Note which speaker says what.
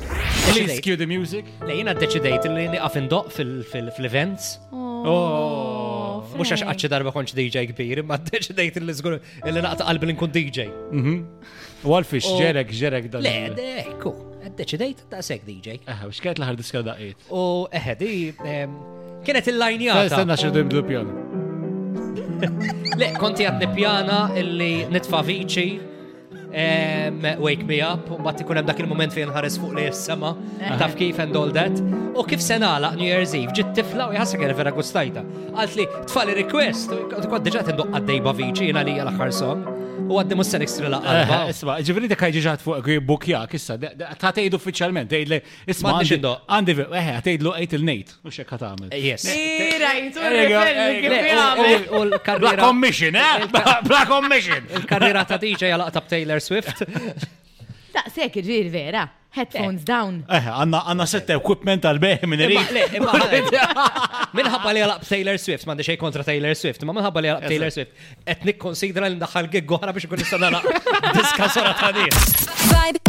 Speaker 1: Please
Speaker 2: deċidejt.
Speaker 1: cue the music.
Speaker 2: Le jina deċidejt li niqaf indoq fil- fil- fil-events.
Speaker 3: Oh,
Speaker 2: Mux għax
Speaker 3: Frank.
Speaker 2: għacċi darba konċ DJ kbir, ma deċidejt li zgur li naqta qalbi li nkun DJ.
Speaker 1: Walfish,
Speaker 2: U-
Speaker 1: ġerek, ġerek dan.
Speaker 2: Oh.
Speaker 1: Eh,
Speaker 2: Le, ekku, deċidejt ta' sek DJ.
Speaker 1: Eħe, biex kajt laħar diska daqiet.
Speaker 2: U eħedi, kienet il-lajnjata.
Speaker 1: Stenna xerdu jibdu pjana.
Speaker 2: Le, konti għad nipjana illi nitfa viċi, em, wake me up, u bat ikun hemm dak il-moment fejn ħares fuq li s-sema, taf kif and all that. U kif se nagħlaq New Year's Eve, ġiet tifla u jħassa kena vera gustajta. Għalt li, tfali request, u kont diġa tinduq għaddejba viċi, jina li l-axar song, u għaddi mussen ekstra laqalba.
Speaker 1: Eh, Isma, ġivri dik ħajġi ġaħat fuq bukja, kissa, ta' tgħid uffiċjalment, tgħid li, isma,
Speaker 2: Ma'
Speaker 1: għandi,
Speaker 2: nixindoq.
Speaker 1: għandi, eh, eħe, tgħidlu għajt il-nejt, u xek għatamil.
Speaker 2: Yes.
Speaker 3: Irajtu,
Speaker 1: There you go,
Speaker 3: referri,
Speaker 1: there you
Speaker 3: kif
Speaker 1: go. Oh.
Speaker 3: jgħamil.
Speaker 2: Le, u- u
Speaker 1: Bla
Speaker 2: l-karriera.
Speaker 1: commission, eh? Bla commission!
Speaker 2: Karriera ta' DJ għalaqta b'Taylor Swift.
Speaker 3: Ta' sekk irġir vera. Headphones down.
Speaker 1: Eħe, Eh, għanna, għanna sette equipment għal-beħ minn
Speaker 2: Imma-
Speaker 1: rrit.
Speaker 2: le, imma ħadd- Minħabba li għalab Taylor Swift, mandi xej kontra Taylor Swift, ma minħabba li għalab Taylor Swift, etnik konsidra li ndaħħal gig oħra biex ikun nista' nara diska sora ta' din.
Speaker 4: Vibe